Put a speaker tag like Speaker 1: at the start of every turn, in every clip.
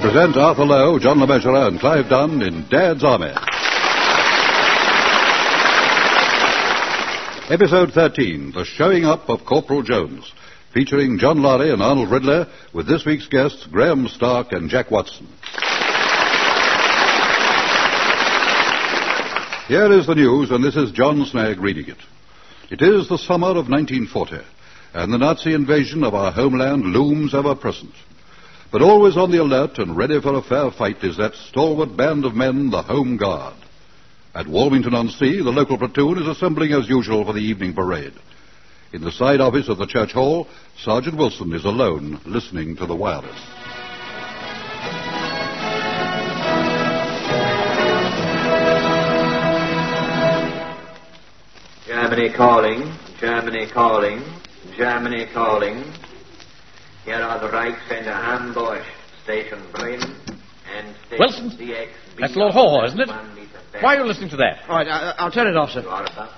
Speaker 1: presents Arthur Lowe, John LeMessurier, and Clive Dunn in Dad's Army. Episode 13, The Showing Up of Corporal Jones, featuring John Laurie and Arnold Ridley, with this week's guests Graham Stark and Jack Watson. Here is the news, and this is John Snag reading it. It is the summer of 1940, and the Nazi invasion of our homeland looms ever present. But always on the alert and ready for a fair fight is that stalwart band of men, the Home Guard. At Walmington-on-Sea, the local platoon is assembling as usual for the evening parade. In the side office of the church hall, Sergeant Wilson is alone listening to the wireless.
Speaker 2: Germany calling, Germany calling, Germany calling. Here are the Reichsender Hamburg, Station Bremen, and Station
Speaker 3: Wilson,
Speaker 2: CX.
Speaker 3: that's Lord Haw, isn't it? Why are you listening to that?
Speaker 4: All right, I, I'll turn it off, sir.
Speaker 2: You are about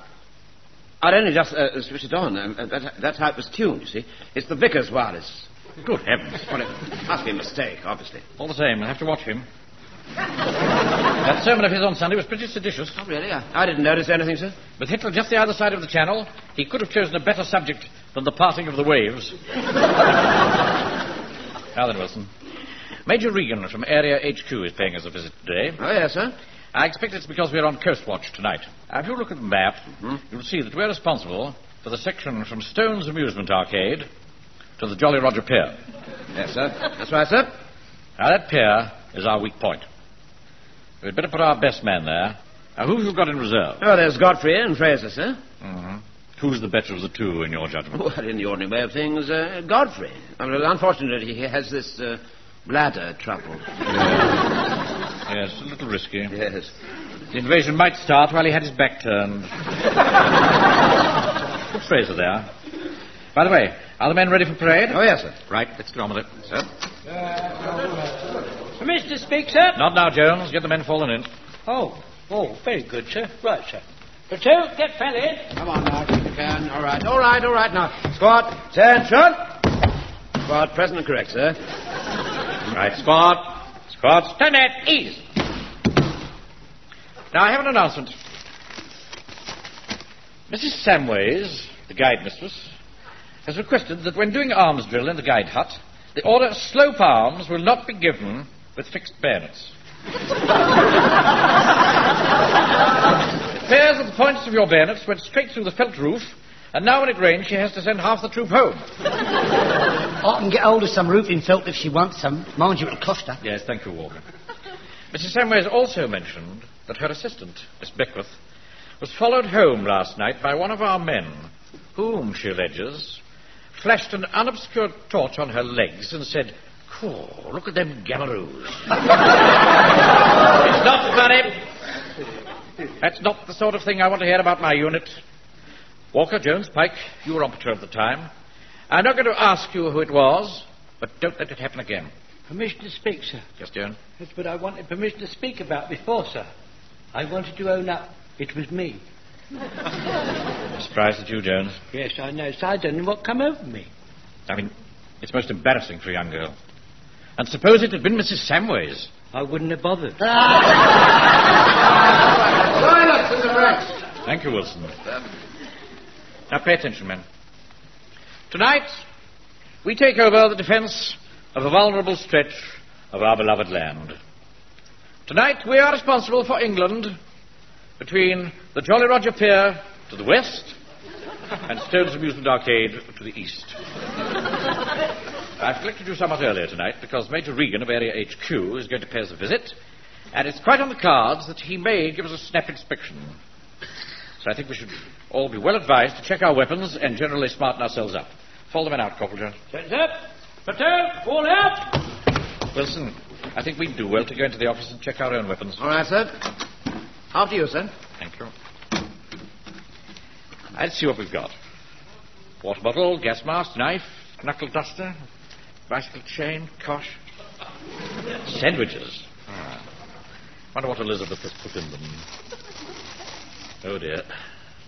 Speaker 4: I'd only just uh, switched it on. Um, uh, that, that's how it was tuned, you see. It's the Vicar's wireless.
Speaker 3: Good heavens.
Speaker 4: Well, it must be a mistake, obviously.
Speaker 3: All the same, I have to watch him. that sermon of his on Sunday was pretty seditious.
Speaker 4: Oh, really? I, I didn't notice anything, sir.
Speaker 3: With Hitler just the other side of the channel, he could have chosen a better subject than the passing of the waves. now then, Wilson. Major Regan from Area HQ is paying us a visit today.
Speaker 4: Oh, yes, sir.
Speaker 3: I expect it's because we're on Coast Watch tonight. Now, If you look at the map,
Speaker 4: Mm-hmm.
Speaker 3: you'll see that we're responsible for the section from Stone's Amusement Arcade to the Jolly Roger Pier.
Speaker 4: Yes, sir. That's right, sir.
Speaker 3: Now, that pier is our weak point. We'd better put our best man there. Now, who have you got in reserve?
Speaker 4: Oh, there's Godfrey and Fraser, sir.
Speaker 3: Mm-hmm. Who's the better of the two, in your judgment?
Speaker 4: Well, in the ordinary way of things, uh, Godfrey. I mean, unfortunately, he has this uh, bladder trouble.
Speaker 3: Yes, a little risky.
Speaker 4: Yes.
Speaker 3: The invasion might start while he had his back turned. Put Fraser there. By the way, are the men ready for parade?
Speaker 4: Oh, yes, sir.
Speaker 3: Right, let's get on with it. Sir?
Speaker 5: Permission to speak, sir?
Speaker 3: Not now, Jones. Get the men falling in.
Speaker 5: Oh, oh, very good, sir. Right, sir. Platoon, get fell in.
Speaker 4: Come on now, keep the can. All right, all right, all right now. Squad, turn, front. Squad, present and correct, sir.
Speaker 3: Right, squad. Squad, stand at ease. Now, I have an announcement. Mrs. Samways, the guide mistress, has requested that when doing arms drill in the guide hut, the order slope arms will not be given with fixed bayonets. it appears that the points of your bayonets went straight through the felt roof, and now when it rains, she has to send half the troop home.
Speaker 6: I can get hold of some roofing felt if she wants some. Mind you, it'll cost her.
Speaker 3: Yes, thank you, Walker. Mrs. Samways also mentioned that her assistant, Miss Beckwith, was followed home last night by one of our men, whom, she alleges, flashed an unobscured torch on her legs and said, Cool, look at them gallaroos. it's not funny. That's not the sort of thing I want to hear about my unit. Walker, Jones, Pike, you were on patrol at the time. I'm not going to ask you who it was, but don't let it happen again.
Speaker 5: Permission to speak, sir.
Speaker 3: Yes, Jones?
Speaker 5: That's what I wanted permission to speak about before, sir. I wanted to own up. It was me.
Speaker 3: Surprised at you, Jones.
Speaker 5: Yes, I know, sir. I don't know what come over me.
Speaker 3: I mean, it's most embarrassing for a young girl. And suppose it had been Mrs. Samways.
Speaker 5: I wouldn't have bothered.
Speaker 4: Silence in the ranks.
Speaker 3: Thank you, Wilson. Now, pay attention, men. Tonight, we take over the defense of a vulnerable stretch of our beloved land. Tonight, we are responsible for England between the Jolly Roger Pier to the west and Stone's Amusement Arcade to the east. I've collected you somewhat earlier tonight because Major Regan of Area HQ is going to pay us a visit, and it's quite on the cards that he may give us a snap inspection. So I think we should all be well advised to check our weapons and generally smarten ourselves up. Follow the men out, Corporal Jones.
Speaker 5: Turns up. Platoon, fall out.
Speaker 3: Wilson, I think we'd do well to go into the office and check our own weapons.
Speaker 4: All right, sir. After you, sir.
Speaker 3: Thank you. Let's see what we've got. Water bottle, gas mask, knife, knuckle duster, bicycle chain, kosh. Sandwiches. Ah. Wonder what Elizabeth has put in them. Oh dear.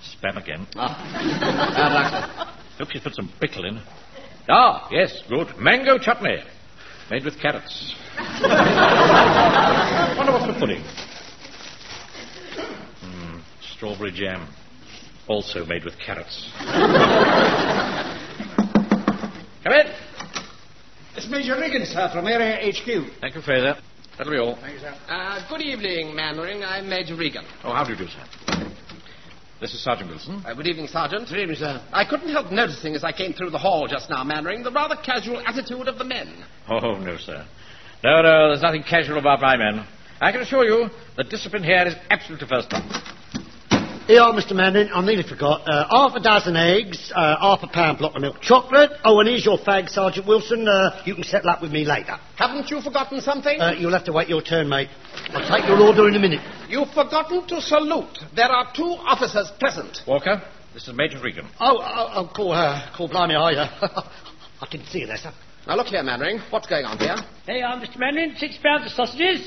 Speaker 3: Spam again.
Speaker 4: Bad luck, sir.
Speaker 3: Hope she's put some pickle in. Ah, yes, good. Mango chutney. Made with carrots. Wonder what's for pudding. Mm, strawberry jam. Also made with carrots. Come in.
Speaker 5: It's Major Riggins, sir, from Area HQ.
Speaker 3: Thank you, Fraser. That'll be all.
Speaker 7: Uh, good evening, Mannering. I'm Major Regan.
Speaker 3: Oh, how do you do, sir? This is Sergeant Wilson.
Speaker 7: Uh, good evening, Sergeant. Good evening, sir. I couldn't help noticing as I came through the hall just now, Mannering, the rather casual attitude of the men.
Speaker 3: Oh, no, sir. No, no, there's nothing casual about my men. I can assure you that discipline here is absolutely first class.
Speaker 6: Here, Mr. Manning, I nearly forgot. Uh, half a dozen eggs, uh, half a pound block of milk chocolate. Oh, and here's your fag, Sergeant Wilson. Uh, you can settle up with me later.
Speaker 7: Haven't you forgotten something?
Speaker 6: Uh, you'll have to wait your turn, mate. I'll take your order in a minute.
Speaker 7: You've forgotten to salute. There are two officers present.
Speaker 3: Walker, this is Major Regan.
Speaker 6: Oh, I'll, I'll call her. Call Blimey Ida.
Speaker 5: uh,
Speaker 6: I didn't see you there, sir.
Speaker 7: Now, look here, Mannering. What's going on here?
Speaker 5: Hey, I'm Mr. Manning. Six pounds of sausages.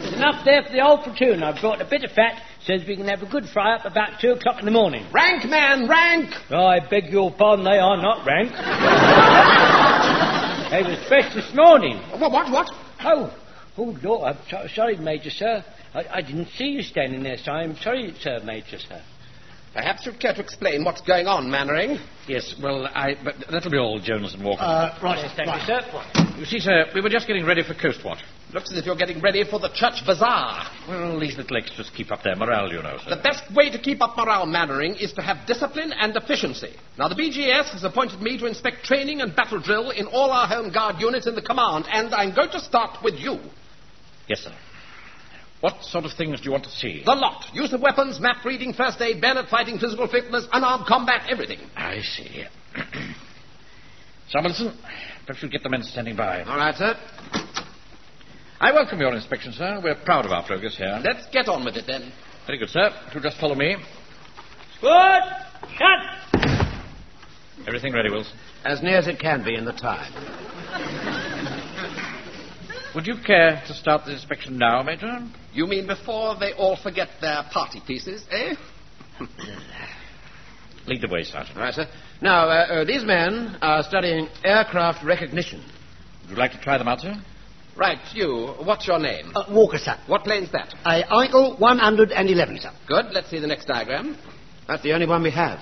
Speaker 5: There's enough there for the whole platoon. I've brought a bit of fat so that we can have a good fry up about two o'clock in the morning.
Speaker 7: Rank, man, rank!
Speaker 5: I beg your pardon, they are not rank. they was fresh this morning.
Speaker 7: What, what, what?
Speaker 5: Oh, oh, Lord, I'm so- sorry, Major, sir. I, I didn't see you standing there, so I'm sorry, sir, Major, sir.
Speaker 7: Perhaps you'd care to explain what's going on, Mannering.
Speaker 3: Yes, well, I, but that'll be all, Jonas and Walker.
Speaker 6: Uh, right,
Speaker 5: Thank
Speaker 6: right.
Speaker 5: you, sir.
Speaker 3: you see, sir, we were just getting ready for Coast Watch.
Speaker 7: Looks as if you're getting ready for the church bazaar.
Speaker 3: Well, these little extras keep up their morale, you know,
Speaker 7: The
Speaker 3: sir.
Speaker 7: best way to keep up morale, Mannering, is to have discipline and efficiency. Now, the BGS has appointed me to inspect training and battle drill in all our Home Guard units in the command, and I'm going to start with you.
Speaker 3: Yes, sir. What sort of things do you want to see?
Speaker 7: The lot. Use of weapons, map reading, first aid, bayonet fighting, physical fitness, unarmed combat, everything.
Speaker 3: I see. Samuelson, perhaps you'll get the men standing by.
Speaker 7: All right, sir.
Speaker 3: I welcome your inspection, sir. We're proud of our progress here.
Speaker 7: Let's get on with it then.
Speaker 3: Very good, sir. If You'll just follow me.
Speaker 5: Good. Shut.
Speaker 3: Everything ready, Wilson.
Speaker 4: As near as it can be in the time.
Speaker 3: Would you care to start the inspection now, Major?
Speaker 7: You mean before they all forget their party pieces, eh?
Speaker 3: Lead the way, Sergeant.
Speaker 4: All right, sir. Now, uh, uh, these men are studying aircraft recognition.
Speaker 3: Would you like to try them out, sir?
Speaker 7: Right, you. What's your name?
Speaker 6: Uh, Walker, sir.
Speaker 7: What plane's that?
Speaker 6: A Eichel 111, sir.
Speaker 7: Good. Let's see the next diagram.
Speaker 4: That's the only one we have.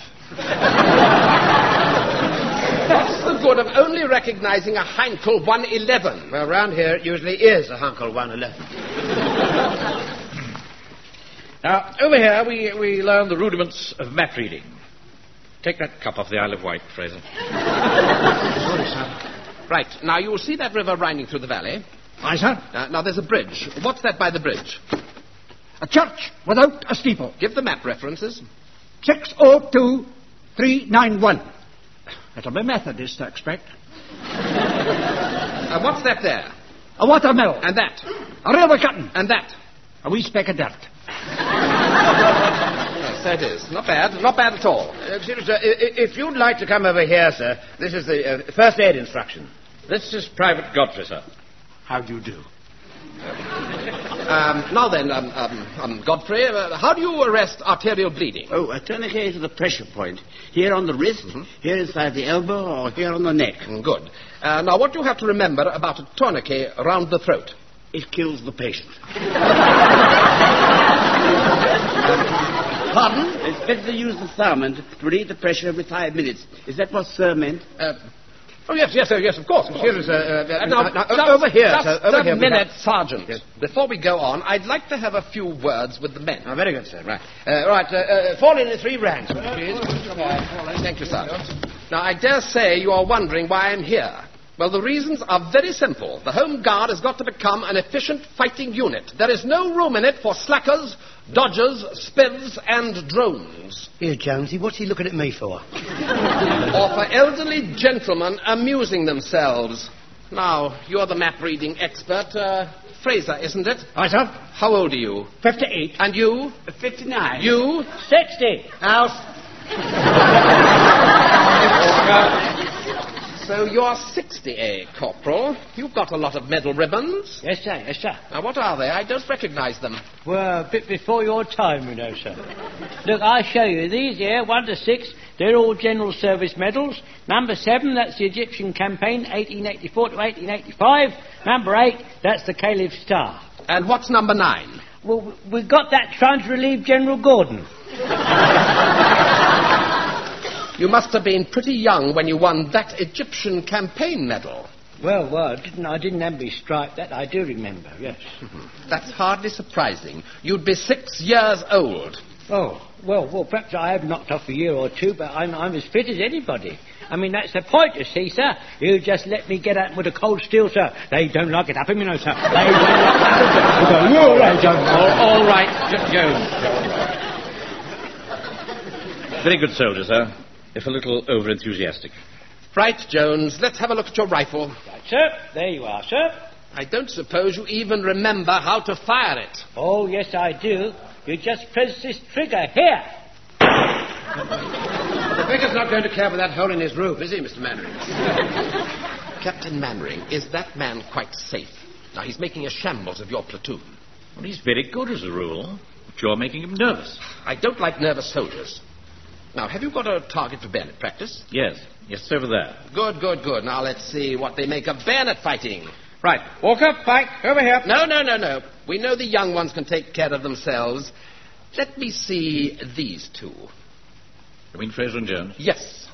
Speaker 7: What's the good of only recognizing a Heinkel 111?
Speaker 4: Well, round here it usually is a Hunkel 111.
Speaker 3: Now, over here, we, we learn the rudiments of map reading. Take that cup off the Isle of Wight, Fraser.
Speaker 7: Right, now you'll see that river winding through the valley.
Speaker 3: Aye, sir.
Speaker 7: Uh, now there's a bridge. What's that by the bridge?
Speaker 8: A church without a steeple.
Speaker 7: Give the map references.
Speaker 8: 602391. It'll be Methodist, I expect.
Speaker 7: Uh, what's that there?
Speaker 8: A watermill.
Speaker 7: And that?
Speaker 8: A railway cutting.
Speaker 7: And that?
Speaker 8: A wee speck of dirt.
Speaker 7: Yes, that is. Not bad. Not bad at all.
Speaker 4: Uh, excuse me, sir, i- i- if you'd like to come over here, sir, this is the uh, first aid instruction.
Speaker 3: This is Private Godfrey, sir.
Speaker 8: How do you do?
Speaker 7: Um, now then, um, um, um, Godfrey, uh, how do you arrest arterial bleeding? Mm-hmm.
Speaker 9: Oh, a tourniquet is the pressure point. Here on the wrist, here inside the elbow, or here on the neck.
Speaker 7: Mm, Good. Uh, now, what you have to remember about a tourniquet around the throat?
Speaker 9: It kills the patient.
Speaker 7: Pardon?
Speaker 9: It's better to use the thumb and to relieve the pressure every five minutes. Is that what Sir meant?
Speaker 7: Uh, oh, yes, yes, oh, yes, of course. Of course.
Speaker 4: Excuse me, sir. Uh, uh,
Speaker 7: Uh, now,
Speaker 4: now, now,
Speaker 7: just,
Speaker 4: over here,
Speaker 7: just
Speaker 4: sir. Over
Speaker 7: a
Speaker 4: here. we
Speaker 7: minute,
Speaker 4: have-
Speaker 7: Sergeant.
Speaker 4: Yes.
Speaker 7: Before we go on, I'd like to have a few words with the men.
Speaker 4: Oh, very good, sir. Right. Uh, right. Uh, uh, fall in the three ranks, please.
Speaker 7: Thank you, Sergeant. Now, I dare say you are wondering why I'm here. Well, the reasons are very simple. The Home Guard has got to become an efficient fighting unit. There is no room in it for slackers, dodgers, spivs, and drones.
Speaker 6: Here, Jonesy, what's he looking at me for?
Speaker 7: or for elderly gentlemen amusing themselves. Now, you're the map reading expert. Uh, Fraser, isn't it?
Speaker 8: Aye, sir.
Speaker 7: How old are you?
Speaker 8: 58.
Speaker 7: And you?
Speaker 9: 59.
Speaker 7: You?
Speaker 5: Sixty.
Speaker 6: House.
Speaker 7: So you're 60, eh, Corporal? You've got a lot of medal ribbons.
Speaker 5: Yes, sir. Yes, sir.
Speaker 7: Now, what are they? I don't recognize them.
Speaker 5: Well, a bit before your time, you know, sir. Look, I show you. These here, one to six, They're all General Service medals. Number seven, that's the Egyptian campaign, 1884 to 1885. Number eight, that's the Caliph Star.
Speaker 7: And what's number nine?
Speaker 5: Well, w- we got that trying to relieve General Gordon.
Speaker 7: You must have been pretty young when you won that Egyptian campaign medal.
Speaker 5: Well, well, didn't I didn't have me striped that I do remember. Yes.
Speaker 7: That's hardly surprising. You'd be six years old.
Speaker 5: Oh, well, well, perhaps I have knocked off a year or two, but I'm, I'm as fit as anybody. I mean, that's the point, you see, sir. You just let me get at 'em with a cold steel, sir. They don't like it up 'em, you know, sir. They don't like it up 'em, sir. You go, "You're right,
Speaker 4: Oh,
Speaker 5: John."
Speaker 3: All, all right, J- Jones. Very good soldier, sir, if a little over enthusiastic.
Speaker 7: Right, Jones, let's have a look at your rifle.
Speaker 5: Right, sir. There you are, sir.
Speaker 7: I don't suppose you even remember how to fire it.
Speaker 5: Oh, yes, I do. You just press this trigger here.
Speaker 4: The vicar's not going to care for that hole in his roof, is he, Mr. Mannering?
Speaker 7: Captain Mannering, is that man quite safe? Now, he's making a shambles of your platoon.
Speaker 3: Well, he's very good as a rule, but you're making him nervous.
Speaker 7: I don't like nervous soldiers. Now, have you got a target for bayonet practice?
Speaker 3: Yes, yes, over there.
Speaker 7: Good, good, good. Now, let's see what they make of bayonet fighting.
Speaker 3: Right, Walker, Pike, over here.
Speaker 7: No, no, no, no. We know the young ones can take care of themselves. Let me see these two.
Speaker 3: You mean Fraser and Jones?
Speaker 7: Yes.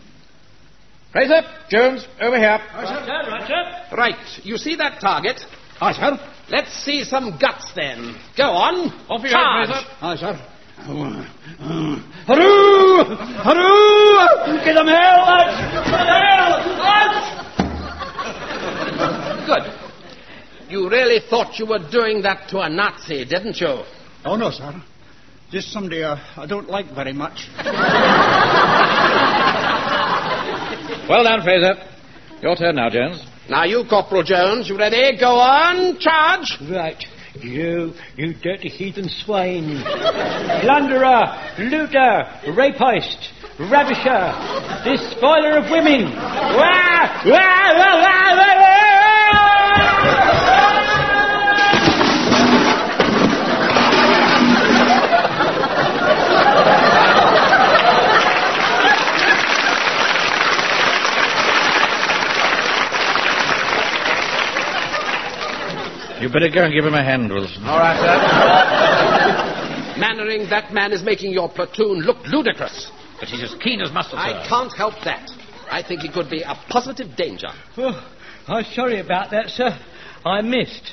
Speaker 3: Fraser, Jones, over here.
Speaker 5: Right, sir. Right, sir.
Speaker 7: Right. You see that target?
Speaker 8: Aye, sir.
Speaker 7: Let's see some guts then. Go on.
Speaker 3: Off you go,
Speaker 7: Charge. Oh, uh,
Speaker 3: Fraser.
Speaker 8: Aye, sir. Hurroo! Hurroo!
Speaker 5: Get 'em hell, lads. Get 'em hell, lads.
Speaker 7: Good. You really thought you were doing that to a Nazi, didn't you?
Speaker 8: Oh, no, sir. Just somebody uh, I don't like very much.
Speaker 3: Well done, Fraser. Your turn now, Jones.
Speaker 7: Now, you, Corporal Jones, you ready? Go on. Charge.
Speaker 5: Right. You, you dirty heathen swine. Plunderer, looter, rapist, ravisher, despoiler of women. Wah! Wah! Wah! Wah! Wah! Wah!
Speaker 3: You better go and give him a hand, Wilson.
Speaker 7: All right, sir. Mannering, that man is making your platoon look ludicrous.
Speaker 3: But he's as keen as mustard,
Speaker 7: I can't help that. I think he could be a positive danger.
Speaker 5: Oh, I'm sorry about that, sir. I missed.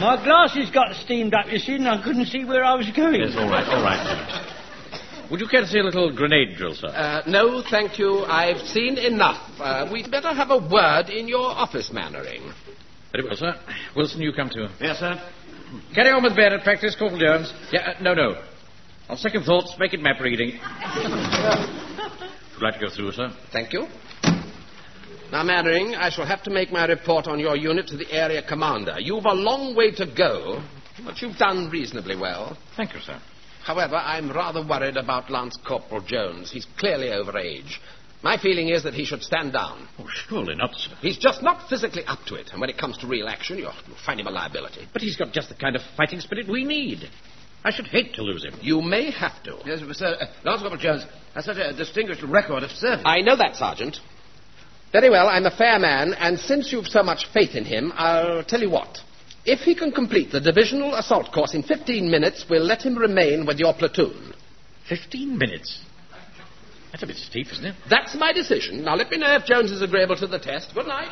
Speaker 5: My glasses got steamed up, you see, and I couldn't see where I was going.
Speaker 3: Yes, all right, all right. Jones. Would you care to see a little grenade drill, sir?
Speaker 7: Uh, no, thank you. I've seen enough. Uh, we'd better have a word in your office, Mannering.
Speaker 3: Very well, sir. Wilson, you come too.
Speaker 8: Yes, sir.
Speaker 3: Carry on with bayonet practice, Corporal Jones. Yeah, uh, no, no. On second thoughts, make it map reading. Would like to go through, sir?
Speaker 7: Thank you. Now, Mannering, I shall have to make my report on your unit to the area commander. You've a long way to go, but you've done reasonably well.
Speaker 3: Thank you, sir.
Speaker 7: However, I'm rather worried about Lance Corporal Jones. He's clearly over age. My feeling is that he should stand down.
Speaker 3: Oh, surely not, sir.
Speaker 7: He's just not physically up to it, and when it comes to real action, you'll you'll find him a liability.
Speaker 3: But he's got just the kind of fighting spirit we need. I should hate to lose him.
Speaker 7: You may have to.
Speaker 4: Yes, sir. Uh, Lance Corporal Jones has such a distinguished record of service.
Speaker 7: I know that, Sergeant. Very well, I'm a fair man, and since you've so much faith in him, I'll tell you what. If he can complete the divisional assault course in 15 minutes, we'll let him remain with your platoon.
Speaker 3: Fifteen minutes. That's a bit steep, isn't it?
Speaker 7: That's my decision. Now let me know if Jones is agreeable to the test. Good night.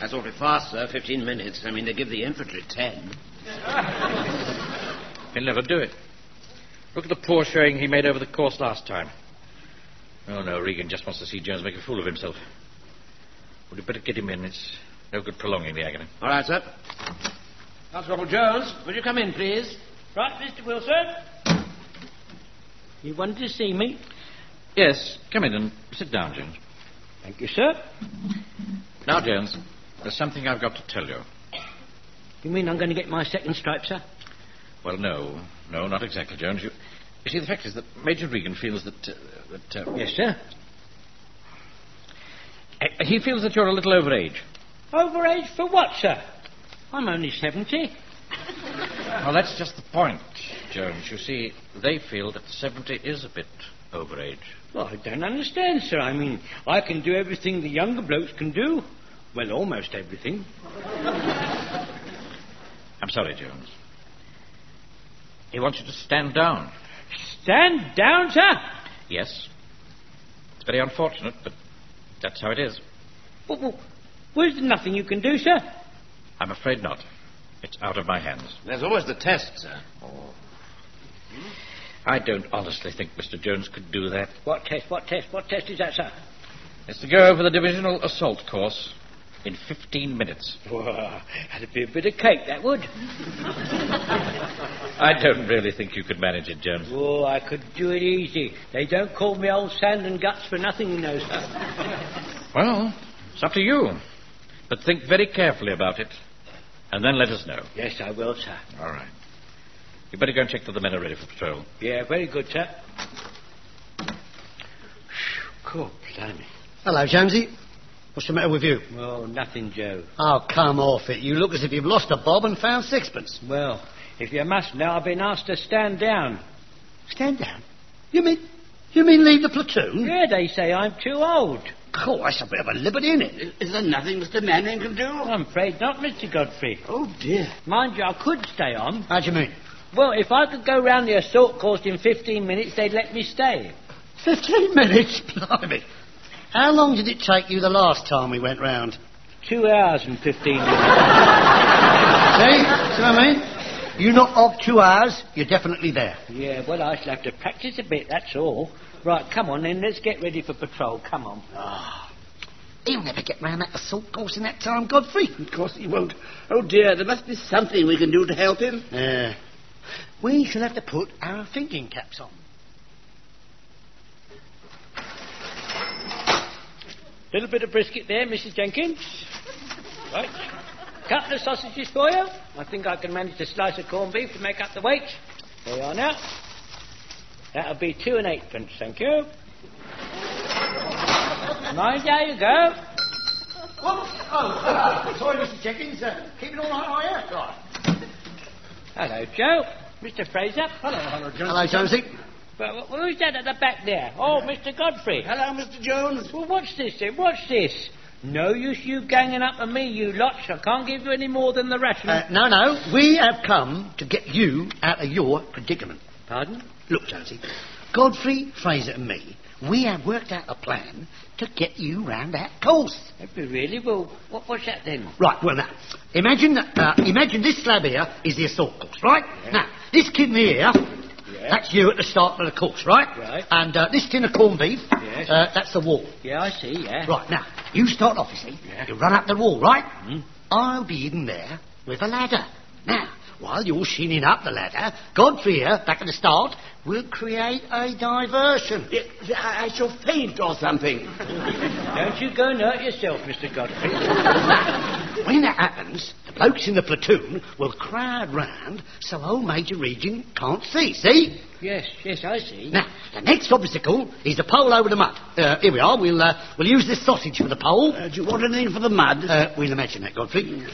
Speaker 4: That's awfully fast, sir. Fifteen minutes. I mean, they give the infantry ten.
Speaker 3: He'll never do it. Look at the poor showing he made over the course last time. Oh, no, Regan just wants to see Jones make a fool of himself. Well, you better get him in. It's no good prolonging the agony.
Speaker 4: All right, sir. Lance Corporal Jones, would you come in, please?
Speaker 5: Right, Mr. Wilson. You wanted to see me?
Speaker 3: Yes, come in and sit down, Jones.
Speaker 5: Thank you, sir.
Speaker 3: Now, Jones, there's something I've got to tell you.
Speaker 5: You mean I'm going to get my second stripe, sir?
Speaker 3: Well, no, no, not exactly, Jones. You, you see, the fact is that Major Regan feels that uh, that uh,
Speaker 5: Yes, sir.
Speaker 3: uh, he feels that you're a little over age.
Speaker 5: Overage for what, sir? I'm only 70.
Speaker 3: Well, that's just the point. Jones, you see, they feel that 70 is a bit overage.
Speaker 5: Well, I don't understand, sir. I mean, I can do everything the younger blokes can do. Well, almost everything.
Speaker 3: I'm sorry, Jones. He wants you to stand down.
Speaker 5: Stand down, sir.
Speaker 3: Yes. It's very unfortunate, but that's how it is.
Speaker 5: Well, well, well, there's nothing you can do, sir.
Speaker 3: I'm afraid not. It's out of my hands.
Speaker 4: There's always the test, sir.
Speaker 3: I don't honestly think Mr. Jones could do that.
Speaker 5: What test? What test? What test is that, sir?
Speaker 3: It's to go over the divisional assault course in 15 minutes.
Speaker 5: Well, that'd be a bit of cake, that would.
Speaker 3: I don't really think you could manage it, Jones.
Speaker 5: Oh, I could do it easy. They don't call me old sand and guts for nothing, you know, sir.
Speaker 3: Well, it's up to you. But think very carefully about it, and then let us know.
Speaker 5: yes, I will, sir.
Speaker 3: All right. You better go and check that the men are ready for patrol.
Speaker 5: Yeah, very good, sir. Phew, Good blimey.
Speaker 6: Hello, Jonesy. What's the matter with you?
Speaker 5: Well, nothing, Joe.
Speaker 6: Oh, come off it. You look as if you've lost a bob and found sixpence.
Speaker 5: Well, if you must now, I've been asked to stand down.
Speaker 6: Stand down. You mean, you mean leave the platoon?
Speaker 5: Yeah, they say I'm too old.
Speaker 6: Cool, that's a bit of a liberty, isn't it?
Speaker 9: Is, is there nothing Mr. Manning can do?
Speaker 5: I'm afraid not, Mr. Godfrey.
Speaker 6: Oh, dear.
Speaker 5: Mind you, I could stay on.
Speaker 6: How do you mean?
Speaker 5: Well, if I could go round the assault course in 15 minutes, they'd let me stay.
Speaker 6: Fifteen minutes? Blimey. How long did it take you the last time we went round?
Speaker 5: Two hours and 15 minutes.
Speaker 6: See? See what I mean? You knock off two hours, you're definitely there.
Speaker 5: yeah, well, I shall have to practice a bit, that's all. Right, come on then, let's get ready for patrol. Come on.
Speaker 6: He'll never get round that assault course in that time, Godfrey.
Speaker 9: Of course he won't. Oh dear, there must be something we can do to help him.
Speaker 6: Yeah. We shall have to put our thinking caps on.
Speaker 5: Little bit of brisket there, Mrs. Jenkins. Right. Couple of sausages for you. I think I can manage a slice of corned beef to make up the weight. There you are now. That'll be two and eightpence, thank you. Mind, there you go.
Speaker 6: Oh, sorry, Mr. Jenkins. Uh, keep it all right, are you?
Speaker 5: Hello, Joe. Mr. Fraser. Hello, hello,
Speaker 6: Hello, Jonesy.
Speaker 5: Well, well, who's that at the back there? Oh, Mr. Godfrey.
Speaker 9: Hello, Mr. Jones.
Speaker 5: Well, what's this then? What's this? No use you ganging up on me, you lot. I can't give you any more than the ration.
Speaker 6: Uh, no, no. We have come to get you out of your predicament.
Speaker 5: Pardon?
Speaker 6: Look, Jonesy. Godfrey, Fraser, and me, we have worked out a plan to get you round that course.
Speaker 5: That'd be really well. What was that then?
Speaker 6: Right, well now, imagine that, uh, imagine this slab here is the assault course, right? Now, this kid here, that's you at the start of the course, right?
Speaker 5: Right.
Speaker 6: And uh, this tin of corned beef,
Speaker 5: Yes.
Speaker 6: uh, that's the wall.
Speaker 5: Yeah, I see, yeah.
Speaker 6: Right, now, you start off, you see. You run up the wall, right? I'll be in there with a ladder. Now, while you're shinning up the ladder, Godfrey here, back at the start, will create a diversion.
Speaker 9: Yeah, I, I shall faint or something.
Speaker 5: Don't you go and hurt yourself, Mr. Godfrey.
Speaker 6: When that happens, the blokes in the platoon will crowd round so old Major Regan can't see, see?
Speaker 5: yes, yes, I see.
Speaker 6: Now, the next obstacle is the pole over the mud. Uh, here we are, we'll, uh, we'll use this sausage for the pole.
Speaker 9: Uh, do you want anything for the mud?
Speaker 6: Uh, we'll imagine that, Godfrey.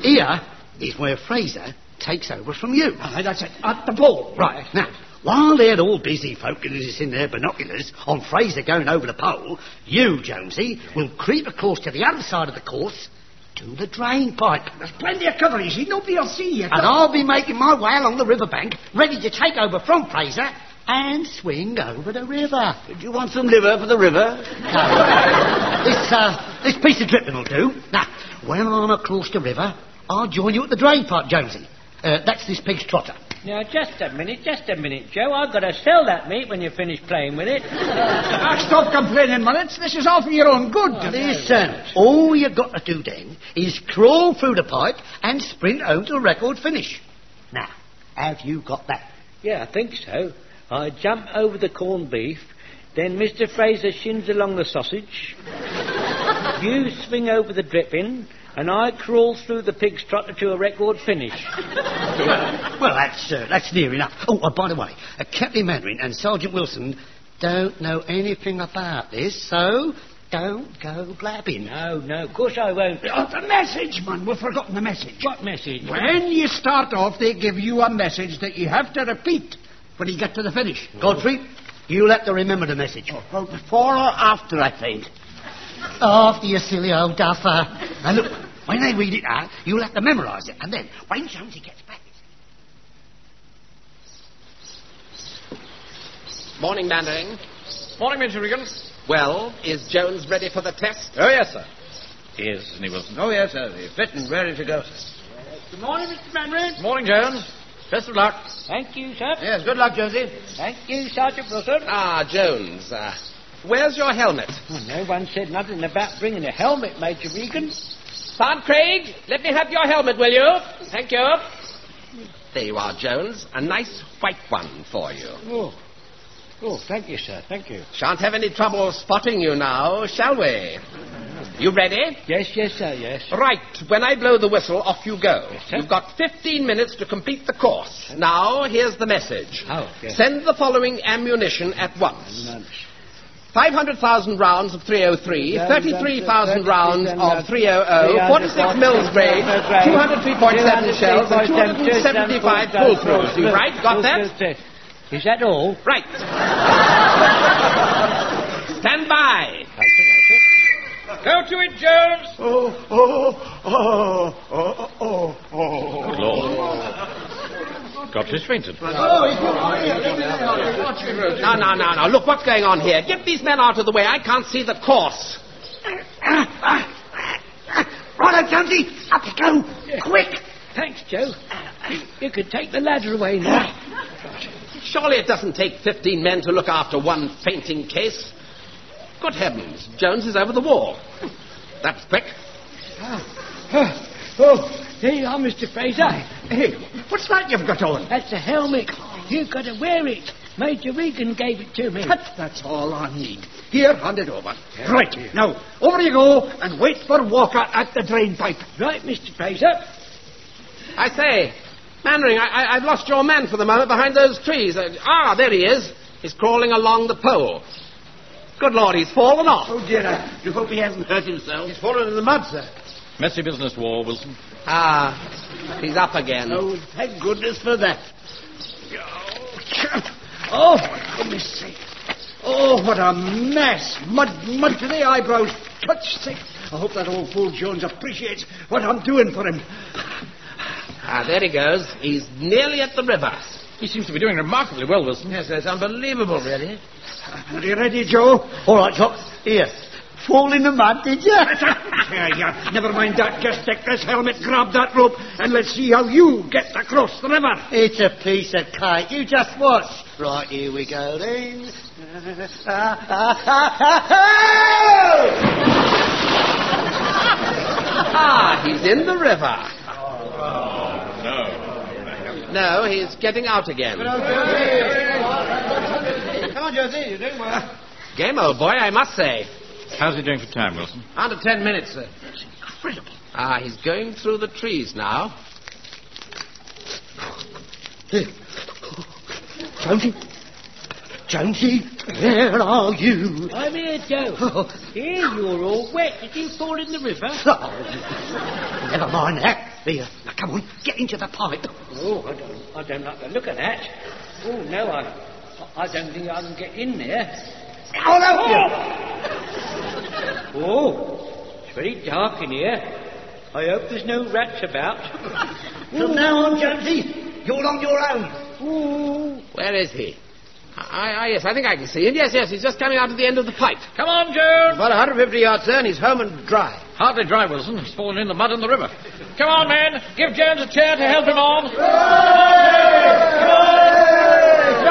Speaker 6: Here is where Fraser takes over from you.
Speaker 9: Aye, that's it. At the ball.
Speaker 6: Right, now, while they're all busy focusing in their binoculars on Fraser going over the pole, you, Jonesy, will creep across to the other side of the course to the drain pipe.
Speaker 9: There's plenty of cover, you see. Nobody will see you.
Speaker 6: And I'll be making my way along the riverbank, ready to take over from Fraser and swing over the river.
Speaker 9: Do you want some liver for the river?
Speaker 6: Now, this, uh, this piece of dripping will do. Now, when I'm across the river, I'll join you at the drain pipe, Jonesy. Uh, that's this pig's trotter.
Speaker 5: Now, just a minute, just a minute, Joe. I've got to sell that meat when you finish playing with it.
Speaker 8: Ah, stop complaining, Mullins. This is all for your own good.
Speaker 6: Listen, all you've got to do then is crawl through the pipe and sprint home to a record finish. Now, have you got that?
Speaker 5: yeah, I think so. I jump over the corned beef, then Mr. Fraser shins along the sausage. you swing over the dripping, and I crawl through the pig's trotter to a record finish.
Speaker 6: Well, that's, uh, that's near enough. Oh, uh, by the way, uh, Captain Mandarin and Sergeant Wilson don't know anything about this, so Don't go blabbing.
Speaker 5: No, Oh, no, of course I won't.
Speaker 9: Oh, the message, man. We've forgotten the message.
Speaker 5: What message?
Speaker 9: When you start off, they give you a message that you have to repeat when you get to the finish.
Speaker 6: Godfrey, you let her remember the message.
Speaker 9: Oh, Well, before or after, I think.
Speaker 6: After you silly old duffer. Now look, when they read it out, you'll have to memorise it. And then, when Jonesy gets back...
Speaker 7: Morning, Mannering.
Speaker 3: Morning, Major Regan.
Speaker 7: Well, is Jones ready for the test?
Speaker 4: Oh, yes, sir.
Speaker 3: He is, isn't he, Wilson?
Speaker 4: Oh, yes, sir. He's fit and ready to go, sir.
Speaker 5: Good morning, Mr. Manred.
Speaker 3: Morning, Jones. Best of luck.
Speaker 5: Thank you, sir.
Speaker 4: Yes, good luck, Josie.
Speaker 5: Thank you, Sergeant Wilson.
Speaker 7: Ah, Jones. Uh, where's your helmet?
Speaker 5: No one said nothing about bringing a helmet, Major Regan.
Speaker 7: Sergeant Craig, let me have your helmet, will you? Thank you. There you are, Jones. A nice white one for you.
Speaker 5: Oh, oh, thank you, sir. Thank you.
Speaker 7: Shan't have any trouble spotting you now, shall we? You ready?
Speaker 5: Yes, yes, sir. Yes.
Speaker 7: Right. When I blow the whistle, off you go.
Speaker 5: Yes, sir.
Speaker 7: You've got 15 minutes to complete the course. Now, here's the message.
Speaker 5: Oh, yes.
Speaker 7: Send the following ammunition at once. 500,000 rounds of 303, 33,000 rounds of 300, 46 mils
Speaker 5: oh
Speaker 7: grade, 203.7 shells, and 275 foolproofs. You right? Got
Speaker 5: oh
Speaker 7: that?
Speaker 5: Is that all?
Speaker 7: Right. Stand by.
Speaker 3: Go to it, Jones.
Speaker 9: Oh, oh, oh, oh, oh, oh.
Speaker 3: Good Lord. Godfrey's fainted.
Speaker 7: No, no, no, no. Look, what's going on here? Get these men out of the way. I can't see the course.
Speaker 6: Righto, Jonesy, up you go. Quick.
Speaker 5: Thanks, Joe. You could take the ladder away now.
Speaker 7: Surely it doesn't take 15 men to look after one fainting case. Good heavens, Jones is over the wall. That's quick.
Speaker 5: Oh, there you are, Mr. Fraser.
Speaker 9: Hey, what's that you've got on?
Speaker 5: That's a helmet. You've got to wear it. Major Regan gave it to me.
Speaker 9: That- that's all I need. Here, hand it over. Right, now, over you go and wait for Walker at the drain pipe.
Speaker 5: Right, Mr. Fraser.
Speaker 7: I say, Mannering, I, I, I've lost your man for the moment behind those trees. Uh, ah, there he is. He's crawling along the pole. Good Lord, he's fallen off.
Speaker 9: Oh, dear, I do hope he hasn't hurt himself.
Speaker 4: He's fallen in the mud, sir.
Speaker 3: Messy business war, Wilson.
Speaker 7: Ah, he's up again.
Speaker 9: Oh, thank goodness for that. Oh, for goodness sake. Oh, what a mess. Mud, mud to the eyebrows. Touch sick. I hope that old fool Jones appreciates what I'm doing for him.
Speaker 7: Ah, there he goes. He's nearly at the river.
Speaker 3: He seems to be doing remarkably well, Wilson.
Speaker 4: Yes, sir, it's unbelievable, really.
Speaker 9: Are you ready, Joe?
Speaker 6: All right, Jock. Here. Fall in the mud, did you?
Speaker 9: Here you are. Never mind that. Just take this helmet, grab that rope, and let's see how you get across the river.
Speaker 6: It's a piece of cake. You just watch. Right, here we go then.
Speaker 7: Ah, he's in the river.
Speaker 3: No.
Speaker 7: No, he's getting out again.
Speaker 4: Come on, Josie, you're doing well.
Speaker 7: Ah, Game, old boy, I must say.
Speaker 3: How's he doing for time, Wilson?
Speaker 7: Under ten minutes, sir.
Speaker 9: Incredible.
Speaker 7: Ah, he's going through the trees now.
Speaker 6: Jonesy. Jonesy, where are you?
Speaker 5: I'm here, Joe. Here, you're all wet. Did you fall in the river?
Speaker 6: Oh, never mind that. Here, now come on, get into the pipe.
Speaker 5: Oh, I don't, I don't like the look of that. Oh, no, I, I don't think I can get in there.
Speaker 6: I'll help you.
Speaker 5: Oh, it's very dark in here. I hope there's no rats about.
Speaker 6: From now on, Jonesy, you're on your own.
Speaker 7: Where is he? Ah, ah, yes, I think I can see him. Yes, yes, he's just coming out at the end of the pipe.
Speaker 3: Come on, Jones.
Speaker 4: About 150 yards, sir, and he's home and dry.
Speaker 3: Hardly dry, Wilson. He's fallen in the mud in the river. Come on, men. Give Jones a chair to help him on. Come on. Come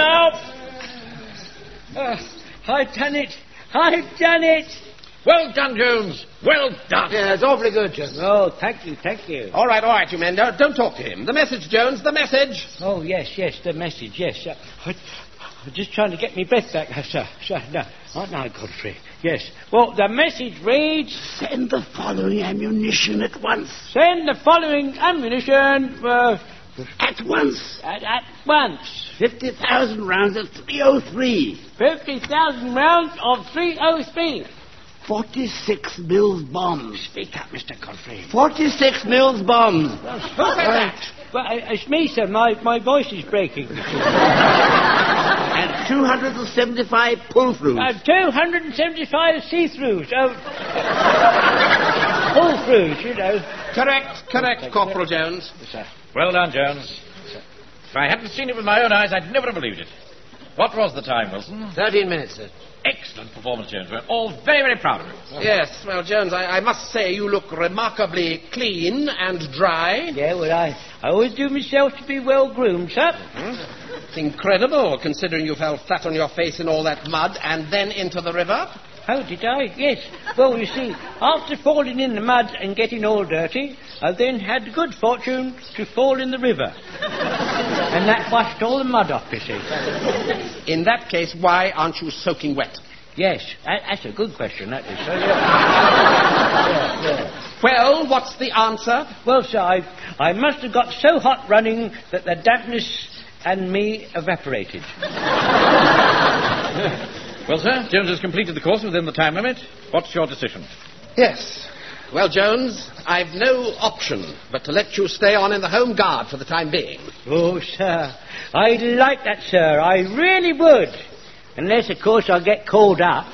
Speaker 3: on, Jones. Not far now.
Speaker 5: Uh, I've done it. I've done it.
Speaker 3: Well done, Jones. Well done.
Speaker 4: Yeah, it's awfully good, Josie.
Speaker 5: Oh, thank you, thank you.
Speaker 7: All right, all right, you men. Don't, don't talk to him. The message, Jones, the message.
Speaker 5: Oh, yes, yes, the message, yes. Uh, I, I'm just trying to get my breath back, uh, sir. sir no, oh, no, Godfrey. Yes. Well, the message reads...
Speaker 9: Send the following ammunition at once.
Speaker 5: Send the following ammunition uh,
Speaker 10: At once.
Speaker 5: At, at once.
Speaker 10: 50,000 rounds oh of 303.
Speaker 5: 50,000 rounds of 303.
Speaker 10: 46 Mills bombs.
Speaker 5: Speak up, Mr. Godfrey.
Speaker 10: 46 Mills bombs. Who
Speaker 5: said that? Well, uh, it's me, sir. My, my voice is breaking.
Speaker 10: and 275 pull-throughs.
Speaker 5: Uh, 275 see-throughs. Oh. pull-throughs, you know.
Speaker 7: Correct, correct, Corporal Jones.
Speaker 3: Yes, sir. Well done, Jones. If I hadn't seen it with my own eyes, I'd never have believed it. What was the time, Wilson?
Speaker 7: Thirteen minutes, sir.
Speaker 3: Excellent performance, Jones. We're all very, very proud of you.
Speaker 7: Yes, well, Jones, I, I must say you look remarkably clean and dry.
Speaker 5: Yeah, well, I, I always do myself to be well groomed, sir.
Speaker 7: Mm-hmm. It's incredible, considering you fell flat on your face in all that mud and then into the river.
Speaker 5: Oh, did I? Yes. Well, you see, after falling in the mud and getting all dirty, I then had the good fortune to fall in the river. and that washed all the mud off, you see.
Speaker 7: In that case, why aren't you soaking wet?
Speaker 5: Yes, that's a good question, that is. Sir. yeah,
Speaker 7: yeah. Well, what's the answer?
Speaker 5: Well, sir, I, I must have got so hot running that the dampness and me evaporated.
Speaker 3: Well, sir, Jones has completed the course within the time limit. What's your decision?
Speaker 7: Yes. Well, Jones, I've no option but to let you stay on in the Home Guard for the time being.
Speaker 5: Oh, sir, I'd like that, sir. I really would. Unless, of course, I get called up.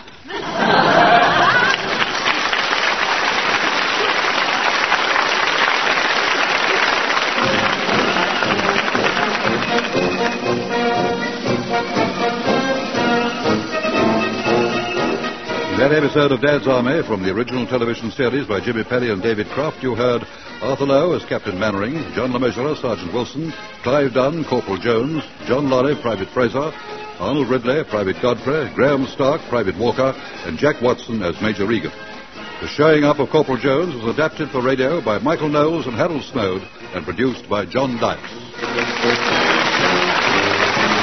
Speaker 1: that episode of Dad's Army from the original television series by Jimmy Perry and David Croft, you heard Arthur Lowe as Captain Mannering, John LeMessurier, Sergeant Wilson, Clive Dunn, Corporal Jones, John Lorry, Private Fraser, Arnold Ridley, Private Godfrey, Graham Stark, Private Walker, and Jack Watson as Major Regan. The showing up of Corporal Jones was adapted for radio by Michael Knowles and Harold Snowd and produced by John Dykes.